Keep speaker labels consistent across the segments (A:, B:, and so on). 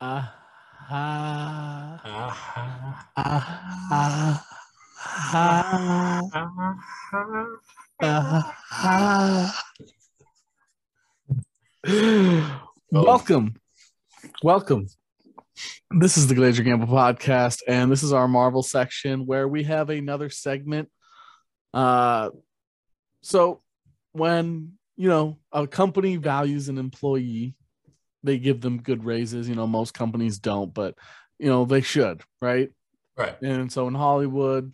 A: 啊 Aha.
B: 嗯
A: Uh-huh.
B: Aha.
A: 啊 Aha. Aha. Aha. Welcome. Welcome. This is the Glazer Gamble podcast, and this is our Marvel section where we have another segment. Uh, so, when you know a company values an employee, they give them good raises. You know, most companies don't, but you know, they should, right?
B: Right.
A: And so in Hollywood,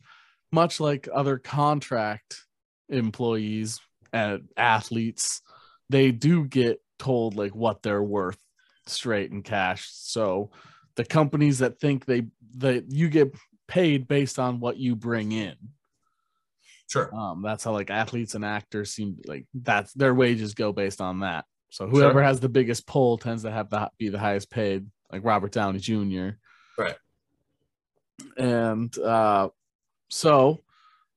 A: much like other contract employees and athletes, they do get told like what they're worth straight in cash. So the companies that think they that you get paid based on what you bring in.
B: Sure.
A: Um, that's how like athletes and actors seem like that's their wages go based on that. So whoever
B: Sure.
A: has the biggest pull tends to have the be the highest paid, like Robert Downey Jr.
B: Right.
A: And uh, so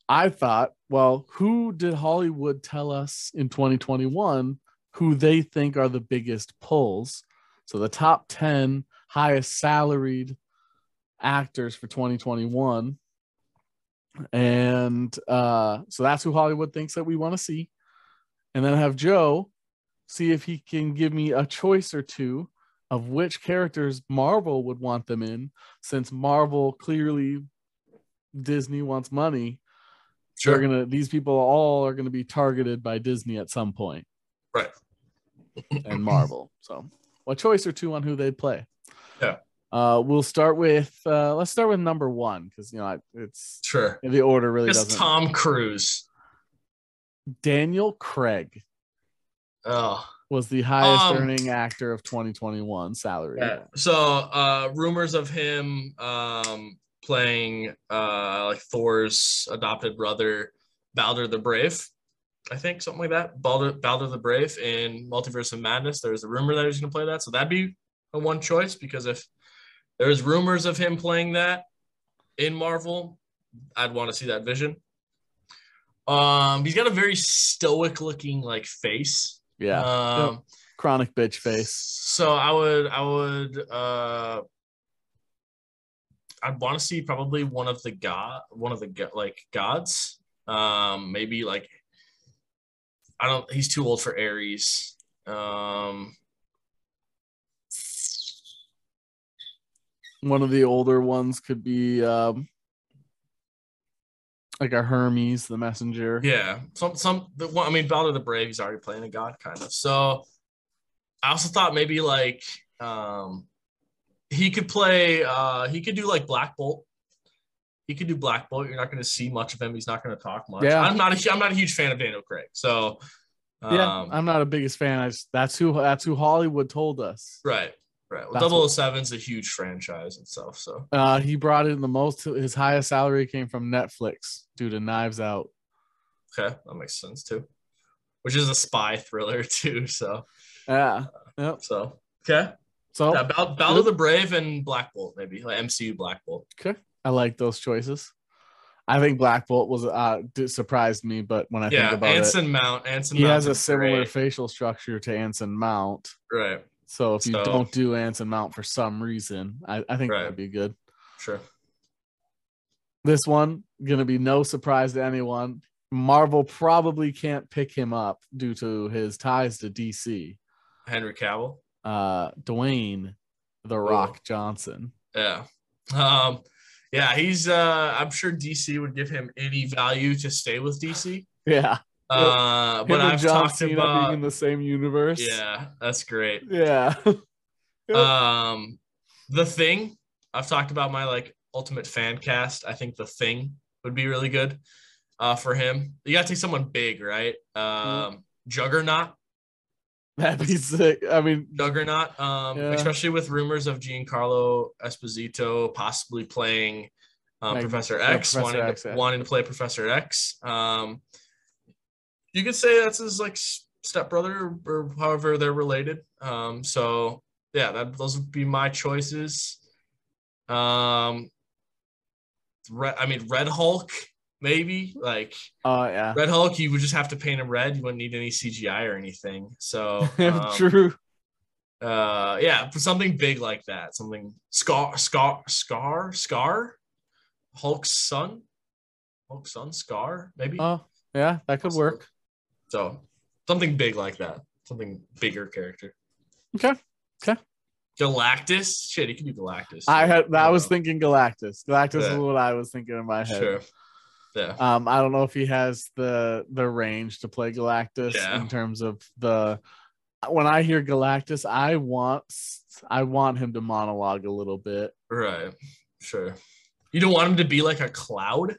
A: I thought, well, who did Hollywood tell us in 2021 who they think are the biggest pulls? So the top 10 highest salaried actors for 2021. And uh, so that's who Hollywood thinks that we want to see. And then I have Joe see if he can give me a choice or two of which characters Marvel would want them in, since Marvel clearly Disney wants money.
B: Sure.
A: They're gonna these people all are gonna be targeted by Disney at some point.
B: Right.
A: and Marvel. So a choice or two on who they'd play.
B: Yeah.
A: Uh, we'll start with uh, let's start with number one because you know I- it's
B: sure.
A: the order really
B: Just
A: doesn't.
B: Tom Cruise.
A: Daniel Craig
B: Oh.
A: was the highest
B: Um,
A: earning actor of 2021 salary.
B: So uh rumors of him um playing uh like Thor's adopted brother Balder the Brave. I think something like that. Balder Balder the Brave in Multiverse of Madness. There was a rumor that he was gonna play that. So that'd be a one choice because if there's rumors of him playing that in Marvel, I'd want to see that vision. Um he's got a very stoic looking like face.
A: Yeah.
B: Um
A: Chronic bitch face.
B: so I would, I would, uh, I'd want to see probably one of the god, one of the go- like gods. Um, maybe like I don't. He's too old for Aries. Um,
A: One of the older ones could be um, like a Hermes, the messenger.
B: yeah, some some. The one, I mean, Balder the Brave. He's already playing a god, kind of. So I also thought maybe like um, he could play. Uh, he could do like Black Bolt. He could do Black Bolt. You're not going to see much of him. He's not going to talk much.
A: Yeah.
B: I'm not. A, I'm not a huge fan of Daniel Craig. So
A: Yeah,
B: um,
A: I'm not a biggest fan. I just, that's who that's who Hollywood told us.
B: right, right.
A: That's what-
B: Well, 007's a huge franchise itself. So
A: Uh, he brought in the most. His highest salary came from Netflix due to Knives Out.
B: okay, that makes sense too. Which is a spy thriller too. So
A: Yeah.
B: so okay.
A: So
B: Yeah, Bal- Balder the Brave and Black Bolt maybe like MCU Black Bolt.
A: I like those choices. I think Black Bolt was uh d- surprised me, but when I
B: yeah,
A: think about
B: Anson Mount.
A: it,
B: Anson
A: he
B: Mount
A: has a similar facial structure to Anson Mount.
B: right.
A: So if you
B: So-
A: don't do Anson Mount for some reason, I, I think
B: Right.
A: that'd be good.
B: Sure.
A: This one gonna be no surprise to anyone. Marvel probably can't pick him up due to his ties to DC.
B: Henry Cavill.
A: Uh, Dwayne, The Rock Johnson.
B: Yeah. Um, yeah, he's uh I'm sure DC would give him any value to stay with DC.
A: Yeah,
B: Uh but
A: Him and
B: I've
A: John
B: talked
A: Cena being in
B: about
A: the same universe.
B: Yeah, that's great.
A: yeah. Yep.
B: Um The Thing. I've talked about my like ultimate fan cast. I think The Thing would be really good uh for him. You gotta take someone big, right?
A: Mm-hmm.
B: Um Juggernaut.
A: That'd be sick. I mean,
B: juggernaut, um,
A: Yeah.
B: especially with rumors of Giancarlo Esposito possibly playing um,
A: Mag-
B: Professor
A: yeah,
B: X,
A: Professor
B: wanting,
A: X,
B: to,
A: yeah.
B: wanting to play Professor X. Um, you could say that's his like s- stepbrother or however they're related. Um, so yeah, that, those would be my choices. Um, Re- I mean, Red Hulk, maybe like
A: oh yeah,
B: Red Hulk. You would just have to paint him red. You wouldn't need any CGI or anything. So um,
A: true.
B: Uh, yeah, something big like that. Something scar, scar, scar, scar. Hulk's son, Hulk's son, Scar, maybe.
A: Oh, yeah, that could work.
B: so something big like that. Something bigger character.
A: Okay. Okay.
B: Galactus. Shit, he can do Galactus.
A: I had I
B: don't
A: was
B: know.
A: thinking Galactus. Galactus
B: Yeah.
A: is what I was thinking in my head.
B: Uh, Sure. Yeah.
A: Um, I don't know if he has the the range to play Galactus
B: Yeah.
A: in terms of the. When I hear Galactus, I want I want him to monologue a little bit.
B: Right. Sure. You don't want him to be like a cloud,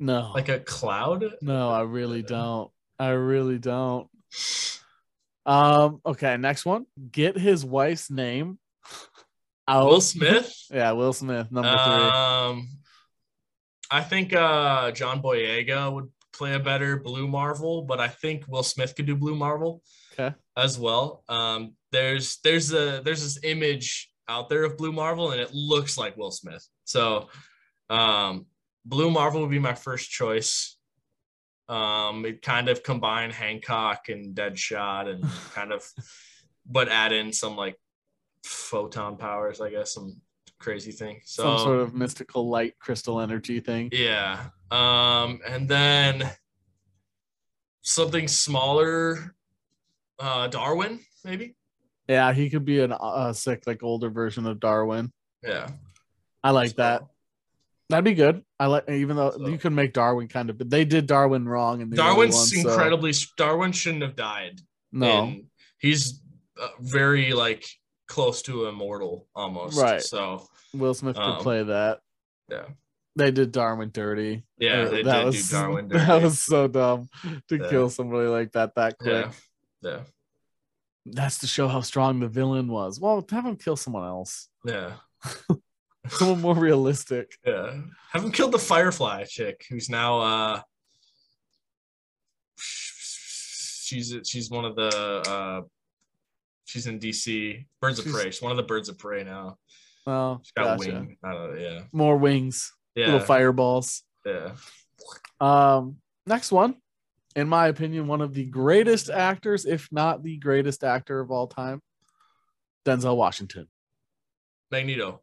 A: No,
B: like uh, a cloud.
A: no, I really
B: Yeah.
A: don't. I really don't. Um. Okay. Next one. Get his wife's name. Out.
B: Will Smith.
A: yeah, Will Smith, number three.
B: Um, I think uh, John Boyega would play a better Blue Marvel, but I think Will Smith could do Blue Marvel
A: Okay.
B: as well. Um, there's there's a there's this image out there of Blue Marvel, and it looks like Will Smith. So, um, Blue Marvel would be my first choice. Um, it kind of combine Hancock and Deadshot, and kind of, but add in some like photon powers, I guess, some crazy thing. So
A: Some sort of mystical light crystal energy thing.
B: yeah. Um, and then something smaller, uh, Darwin, maybe.
A: Yeah, he could be an uh, sick, like older version of Darwin.
B: Yeah.
A: I like
B: So,
A: that. That'd be good. I like, even though
B: So-
A: you could make Darwin kind of, but they did Darwin wrong. And
B: Darwin's
A: uh,
B: incredibly. Darwin shouldn't have died.
A: no,
B: And he's uh, very like close to immortal almost.
A: Right.
B: So
A: Will Smith could
B: um,
A: play that.
B: yeah.
A: They did Darwin dirty.
B: yeah,
A: Uh,
B: they
A: that
B: did
A: was,
B: do Darwin.
A: That
B: dirty.
A: was so dumb to
B: Yeah.
A: kill somebody like that that quick.
B: yeah. Yeah.
A: That's to show how strong the villain was. Well, have him kill someone else,
B: Yeah.
A: someone more realistic.
B: Yeah. Have him killed the Firefly chick, who's now uh she's she's one of the uh she's in DC. Birds of
A: She's-
B: Prey. She's one of the birds of prey now.
A: Oh,
B: She's got
A: gotcha.
B: wing. I don't know, yeah.
A: More wings,
B: Yeah.
A: little fireballs.
B: yeah.
A: Um, next one, in my opinion, one of the greatest actors, if not the greatest actor of all time, Denzel Washington.
B: Magneto.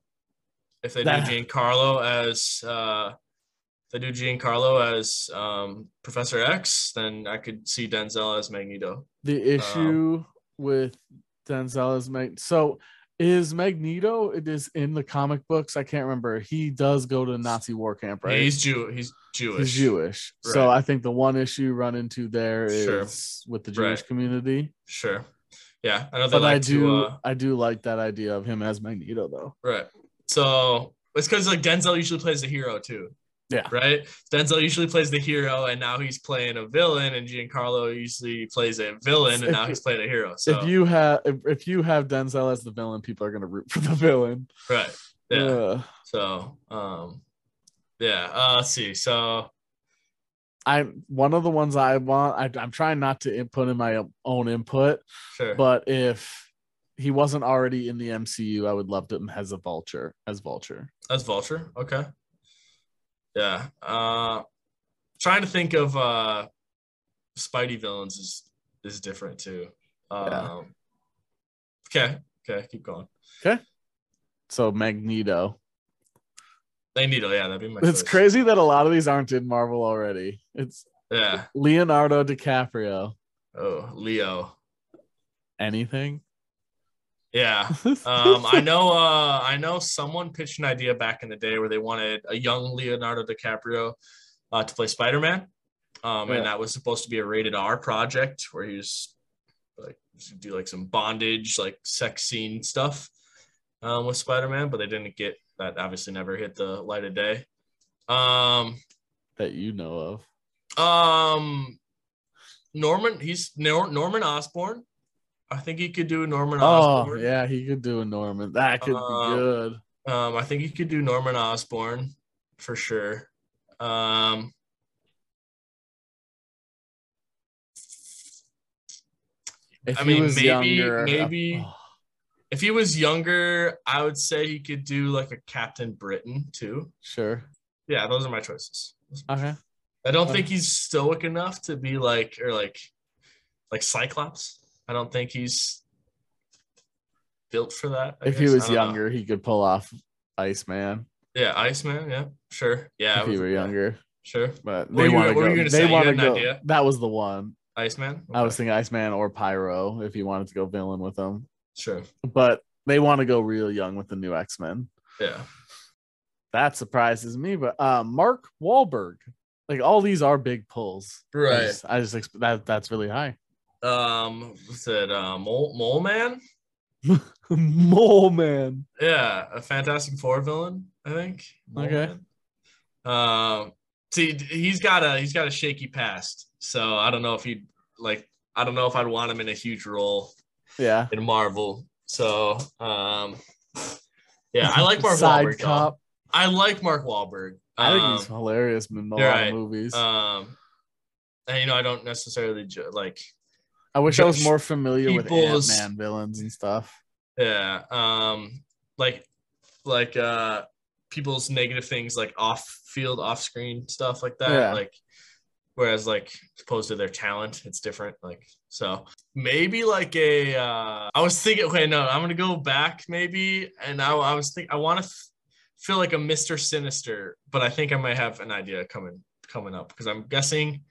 B: If they
A: That-
B: do Giancarlo as uh if they do Giancarlo as um Professor X, then I could see Denzel as Magneto.
A: The issue with Denzel is Mag- so is Magneto. It is in the comic books. I can't remember. He does go to Nazi war camp, right?
B: He's Jew he's Jewish.
A: He's Jewish. So
B: Right.
A: I think the one issue run into there is
B: Sure.
A: with the Jewish
B: Right.
A: community.
B: Sure. Yeah. I know they
A: But
B: like
A: I do
B: to uh,
A: I do like that idea of him as Magneto though.
B: Right. So it's because like Denzel usually plays the hero too.
A: Yeah.
B: Right. Denzel usually plays the hero, and now he's playing a villain, and Giancarlo usually plays a
A: If
B: villain, and now
A: you-
B: he's playing a hero. So
A: If you have if, if you have Denzel as the villain, people are gonna root for the villain.
B: right. Yeah.
A: Ugh.
B: So um, yeah. Uh, let's see. So
A: I one of the ones I want. I, I'm trying not to input in my own input,
B: sure.
A: but if he wasn't already in the MCU, I would love him as a Vulture. As Vulture,
B: That's Vulture. Okay. Yeah. Uh, trying to think of uh, Spidey villains is is different too. Um, Okay. Okay. Keep going.
A: so Magneto.
B: Magneto, yeah, that'd be my.
A: It's
B: choice.
A: crazy that a lot of these aren't in Marvel already. It's
B: Yeah.
A: Leonardo DiCaprio.
B: Oh, Leo.
A: Anything?
B: Yeah. Um, I know. Uh, I know someone pitched an idea back in the day where they wanted a young Leonardo DiCaprio uh, to play Spider Man, um,
A: Yeah.
B: and that was supposed to be a rated R project where he was like do like some bondage, like sex scene stuff um, with Spider Man, but they didn't get that. Obviously, never hit the light of day. Um,
A: that you know of.
B: Um, Norman, he's Nor- Norman Osborn. I think he could do Norman
A: Oh
B: Osborn.
A: yeah, he could do a Norman. That could
B: Um,
A: be good.
B: Um, I think he could do Norman Osborn for sure. Um,
A: If
B: I
A: he
B: mean,
A: was
B: maybe-
A: younger, uh, oh,
B: maybe- if he was younger, I would say he could do like a Captain Britain too.
A: sure.
B: Yeah, those are my choices.
A: Okay.
B: I don't
A: Okay.
B: think he's stoic enough to be like or like like Cyclops. I don't think he's built for that. I
A: if he
B: guess. I
A: was
B: don't know.
A: younger, he could pull off Iceman.
B: Yeah, Iceman. Yeah, sure. Yeah,
A: if
B: I
A: he
B: was-
A: were younger,
B: Sure,
A: but
B: What
A: they
B: were you-
A: want to
B: what were
A: go.
B: you gonna say?
A: They
B: You
A: want to
B: had an
A: go.
B: idea?
A: That was the one.
B: Iceman.
A: I was thinking Iceman or Pyro if he wanted to go villain with them.
B: sure.
A: But they want to go real young with the new X Men.
B: Yeah,
A: That surprises me. But uh, Mark Wahlberg, like all these are big pulls. I
B: right.
A: just, I just exp- that that's really high.
B: Um, was it uh, Mole Mole Man?
A: Mole man.
B: Yeah, a Fantastic Four villain, I think. Mole
A: Okay.
B: Man. Um, see, d- he's got a he's got a shaky past, so I don't know if he'd like. I don't know if I'd want him in a huge role
A: Yeah.
B: in Marvel. So, um, yeah, I like Mark
A: Side
B: Wahlberg. though.
A: cop.
B: I like Mark Wahlberg.
A: I think
B: Um,
A: he's hilarious in a lot
B: you're
A: of
B: right.
A: movies.
B: Um, and you know, I don't necessarily ju- like.
A: I wish I was
B: Josh
A: more familiar with Ant
B: Peoples-
A: Man villains and stuff.
B: Yeah. Um, like, like uh, people's negative things, like off-field, off-screen stuff like that.
A: Yeah.
B: Like, whereas like opposed to their talent, it's different. Like, so maybe like a. Uh, I was thinking. Okay, no, I'm gonna go back maybe, and I, I was think I want to f- feel like a Mister Sinister, but I think I might have an idea coming coming up because I'm guessing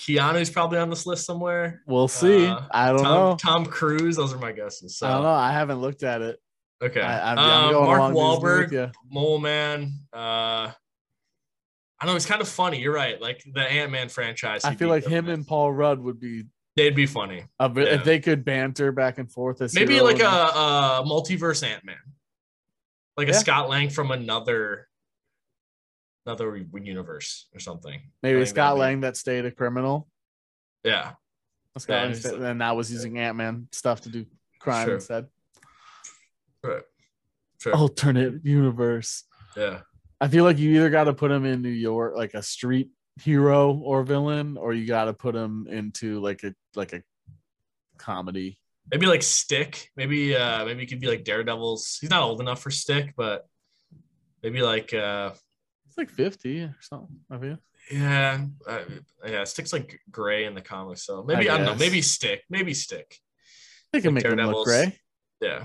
B: Keanu's probably on this list somewhere.
A: We'll see.
B: Uh,
A: I don't
B: Tom,
A: know.
B: Tom Cruise. Those are my guesses. So.
A: I don't know. I haven't looked at it.
B: Okay.
A: I, I'm, I'm
B: um,
A: going
B: Mark
A: along Disney with
B: Wahlberg,
A: ya.
B: Mole Man. Uh, I know it's kind of funny. You're right. Like the Ant Man franchise.
A: I
B: he'd
A: feel
B: be
A: like
B: good
A: him
B: with.
A: and Paul Rudd would be
B: they'd be funny.
A: a bit,
B: Yeah.
A: if they could banter back and forth. As
B: Maybe
A: hero
B: like
A: and-
B: a, a multiverse Ant Man, like a
A: Yeah.
B: Scott Lang from another another universe or something. I
A: maybe
B: think
A: Scott
B: that'd be-
A: Lang that stayed a criminal.
B: Yeah,
A: Scott
B: Yeah,
A: Lang
B: he's
A: stayed-
B: like-
A: and now was using Ant Man stuff to do crime
B: Sure.
A: instead.
B: right. Sure.
A: Oh. Alternate universe.
B: Yeah,
A: I feel like you either got to put him in New York, like a street hero or villain, or you got to put him into like a like a comedy.
B: maybe like Stick. Maybe uh, maybe he could be like Daredevil's. He's not old enough for Stick, but maybe like uh,
A: It's like fifty or something. I feel.
B: Yeah, uh, yeah. Stick's like gray in the comics, so maybe I, don't know.
A: guess.
B: Maybe stick. Maybe stick.
A: They can
B: Like
A: make him look
B: Daredevil's-
A: gray.
B: Yeah.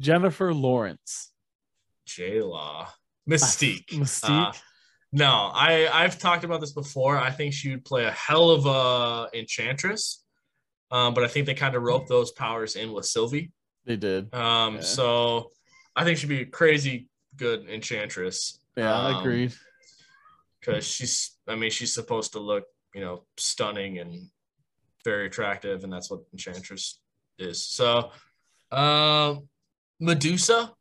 A: Jennifer Lawrence,
B: J Law, Mystique.
A: Mystique.
B: Uh, no, I I've talked about this before. I think she would play a hell of a enchantress, um, but I think they kind of roped those powers in with Sylvie.
A: they did.
B: Um,
A: Yeah.
B: so I think she'd be a crazy good enchantress.
A: Yeah, I
B: um,
A: agreed.
B: because she's i mean she's supposed to look you know stunning and very attractive and that's what enchantress is so um medusa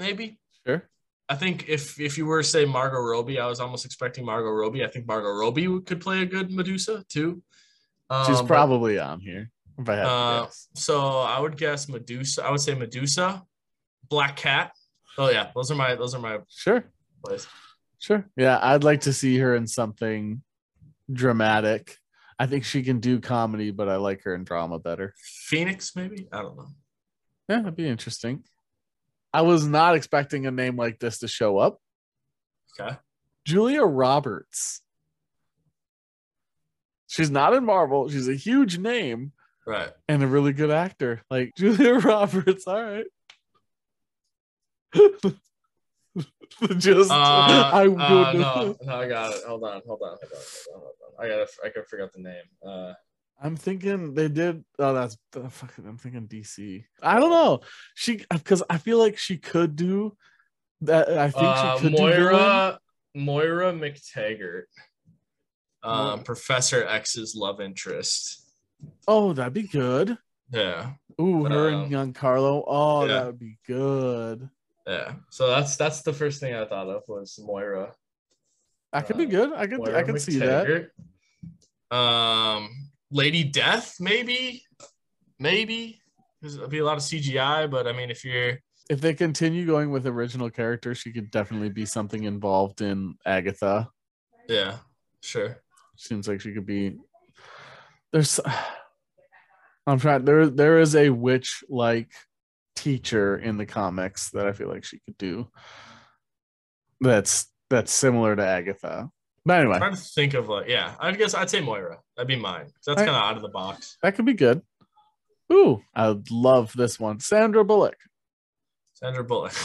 B: maybe
A: Sure.
B: i think if if you were to say margot robbie i was almost expecting margot robbie i think margot robbie would- could play a good medusa too um,
A: She's
B: but-
A: probably on here. If I had to
B: Uh,
A: guess.
B: so i would guess medusa i would say medusa black cat oh yeah those are my those are my
A: Sure.
B: plays
A: Sure. Yeah, I'd like to see her in something dramatic. I think she can do comedy, but I like her in drama better.
B: phoenix maybe i don't know
A: Yeah, that'd be interesting. I was not expecting a name like this to show up.
B: okay
A: Julia Roberts. She's not in Marvel. She's a huge name
B: right
A: and a really good actor. Like Julia Roberts. All right. Just
B: Uh,
A: I would.
B: uh, no, no, I got it. Hold on, hold on, hold on, hold on. Hold on. I gotta, I can figure out the name. Uh,
A: I'm thinking they did. Oh, that's oh, fuck it, I'm thinking DC. I don't know. She because I feel like she could do that. I think
B: uh,
A: she could do villain.
B: Moira, Moira McTaggart, um,
A: Moira.
B: Professor X's love interest.
A: Oh, that'd be good.
B: Yeah,
A: Ooh, her
B: Um,
A: and young Carlo. Oh,
B: yeah.
A: that would be good.
B: yeah. So that's that's the first thing I thought of was Moira.
A: That could be
B: Uh,
A: good. I could
B: Moira
A: I could see that.
B: McTaggart. Um, Lady Death, maybe, maybe. There's will be a lot of CGI, but I mean, if you're
A: If they continue going with original characters, she could definitely be something involved in Agatha.
B: yeah, sure.
A: Seems like she could be. There's, I'm trying. There there is a witch like teacher in the comics that I feel like she could do. That's that's similar to Agatha. But anyway,
B: trying to think of like yeah i guess i'd say moira that'd be mine 'Cause that's
A: Alright.
B: kind of out of the box
A: that could be good. Ooh, I would love this one. Sandra Bullock.
B: Sandra Bullock.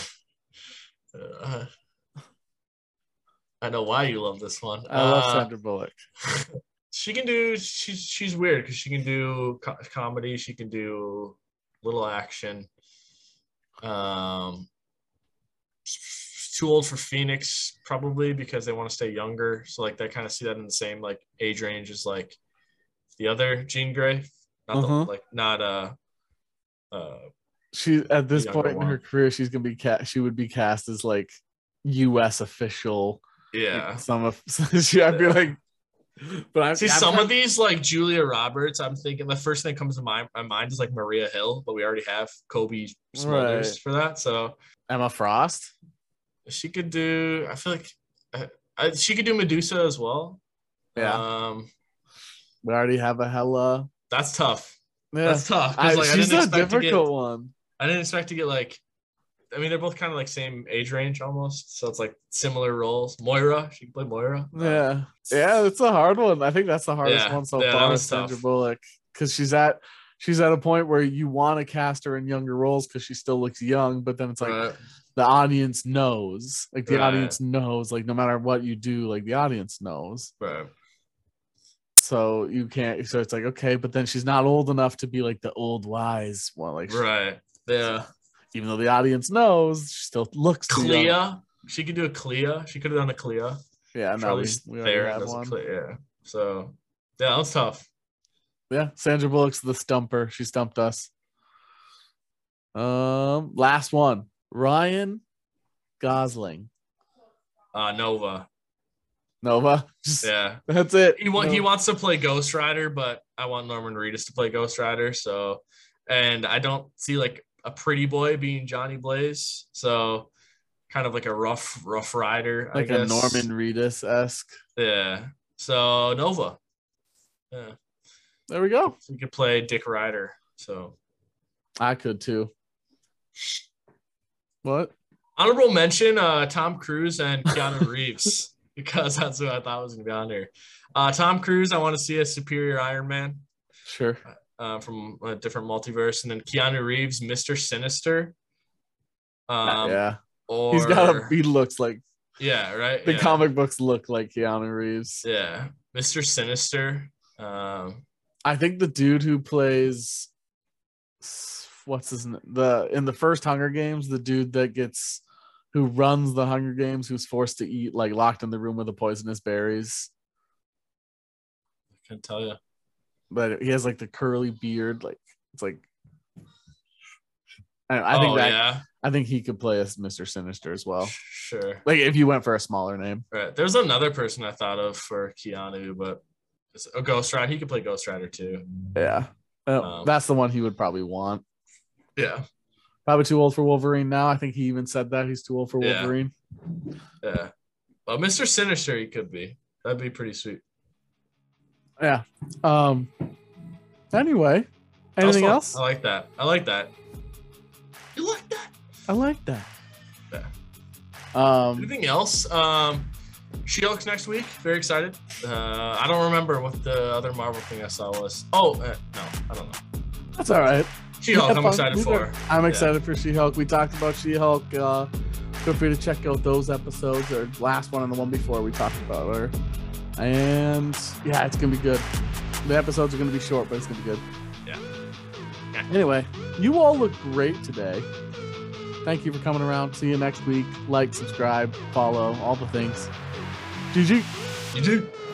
B: Uh, I know why you love this one.
A: I love
B: Uh,
A: Sandra Bullock.
B: she can do. She's she's weird because she can do co- comedy. She can do little action. Um, too old for Phoenix probably because they want to stay younger. So like they kind of see that in the same like age range as like the other Jean Grey. Not
A: Uh-huh.
B: the, like not uh uh
A: She at this
B: younger
A: point in
B: one.
A: her career, she's gonna be cast. She would be cast as like U.S. official.
B: yeah.
A: Some of she. I'd be
B: Yeah.
A: like, but I
B: See some of these like Julia Roberts. I'm thinking the first thing that comes to my, my mind is like Maria Hill, but we already have Kobe Smulders
A: Right.
B: for that. So
A: Emma Frost.
B: she could do. I feel like I, I, she could do Medusa as well.
A: Yeah,
B: Um,
A: we already have a hella.
B: that's tough.
A: Yeah,
B: That's tough. 'cause,
A: I,
B: like, I
A: she's
B: didn't
A: a
B: expect to
A: difficult
B: get-
A: one.
B: I didn't expect to get like. I mean, they're both kind of like same age range almost, so it's like similar roles. Moira, she can play Moira. Uh,
A: Yeah, yeah, it's a hard one. I think that's the hardest
B: Yeah,
A: one so
B: yeah, that
A: far,
B: one's
A: Sandra
B: tough.
A: Bullock, because she's at she's at a point where you want to cast her in younger roles because she still looks young, but then it's like
B: uh,
A: the audience knows, like the
B: Right.
A: audience knows, like no matter what you do, like the audience knows.
B: right.
A: So you can't. So it's like okay, but then she's not old enough to be like the old wise one. Like she-
B: right. Yeah.
A: even though the audience knows, she still looks too young.
B: Clea. She could do a Clea. She could have done a Clea.
A: Yeah, no, we,
B: Charlize
A: we already
B: Theron
A: have
B: does a
A: one.
B: Clea. Yeah. So yeah, that was tough.
A: Yeah, Sandra Bullock's the stumper. She stumped us. Um, last one, Ryan Gosling,
B: Uh, Nova.
A: Nova. Just,
B: Yeah.
A: That's it.
B: He, wa- he
A: No-
B: wants to play Ghost Rider, but I want Norman Reedus to play Ghost Rider. So, and I don't see like a pretty boy being Johnny Blaze. So, kind of like a rough, rough rider.
A: like
B: I
A: a
B: guess.
A: Norman Reedus esque.
B: Yeah. So Nova. Yeah.
A: There we go.
B: He could play Dick Rider. So
A: I could too. What?
B: honorable mention: uh, Tom Cruise and Keanu Reeves, because that's what I thought was gonna be on there. Uh, Tom Cruise, I want to see a superior Iron Man.
A: Sure.
B: uh, from a different multiverse, and then Keanu Reeves, Mister Sinister. Um,
A: yeah,
B: or
A: he's got a. He looks like
B: yeah, right.
A: the
B: yeah.
A: comic books look like Keanu Reeves.
B: yeah, Mister Sinister. Um,
A: I think the dude who plays what's his name the in the first Hunger Games, the dude that gets who runs the Hunger Games, who's forced to eat like locked in the room with the poisonous berries,
B: I can tell you.
A: but he has like the curly beard, like it's like. I, don't know, I
B: oh
A: think that oh.
B: yeah,
A: I think he could play as Mr. Sinister as well.
B: sure.
A: Like if you went for a smaller name,
B: Right. There's another person I thought of for Keanu, but it's a Ghost Rider. He could play Ghost Rider too.
A: yeah, Uh,
B: Um,
A: that's the one he would probably want.
B: Yeah,
A: Probably too old for Wolverine now. I think he even said that he's too old for
B: Yeah.
A: Wolverine.
B: yeah. But Mister Sinister, he could be. That'd be pretty sweet.
A: Um. Anyway,
B: That was
A: anything
B: fun.
A: else?
B: I like that. I like that. You like that?
A: I like that.
B: Yeah.
A: Um.
B: Anything else? Um, she hulks next week. Very excited. Uh, I don't remember what the other Marvel thing I saw was. Oh, uh, no, I don't know.
A: That's all right.
B: She-Hulk.
A: Have
B: I'm
A: fun.
B: excited
A: These
B: for.
A: are-
B: her.
A: I'm
B: Yeah.
A: excited for She-Hulk. We talked about She-Hulk. Uh, feel free to check out those episodes or last one and the one before we talked about her. And yeah, it's gonna be good. The episodes are gonna be short, but it's gonna be good.
B: Yeah.
A: Anyway, you all look great today. Thank you for coming around. See you next week. Like, subscribe, follow, all the things. GG.
B: You do.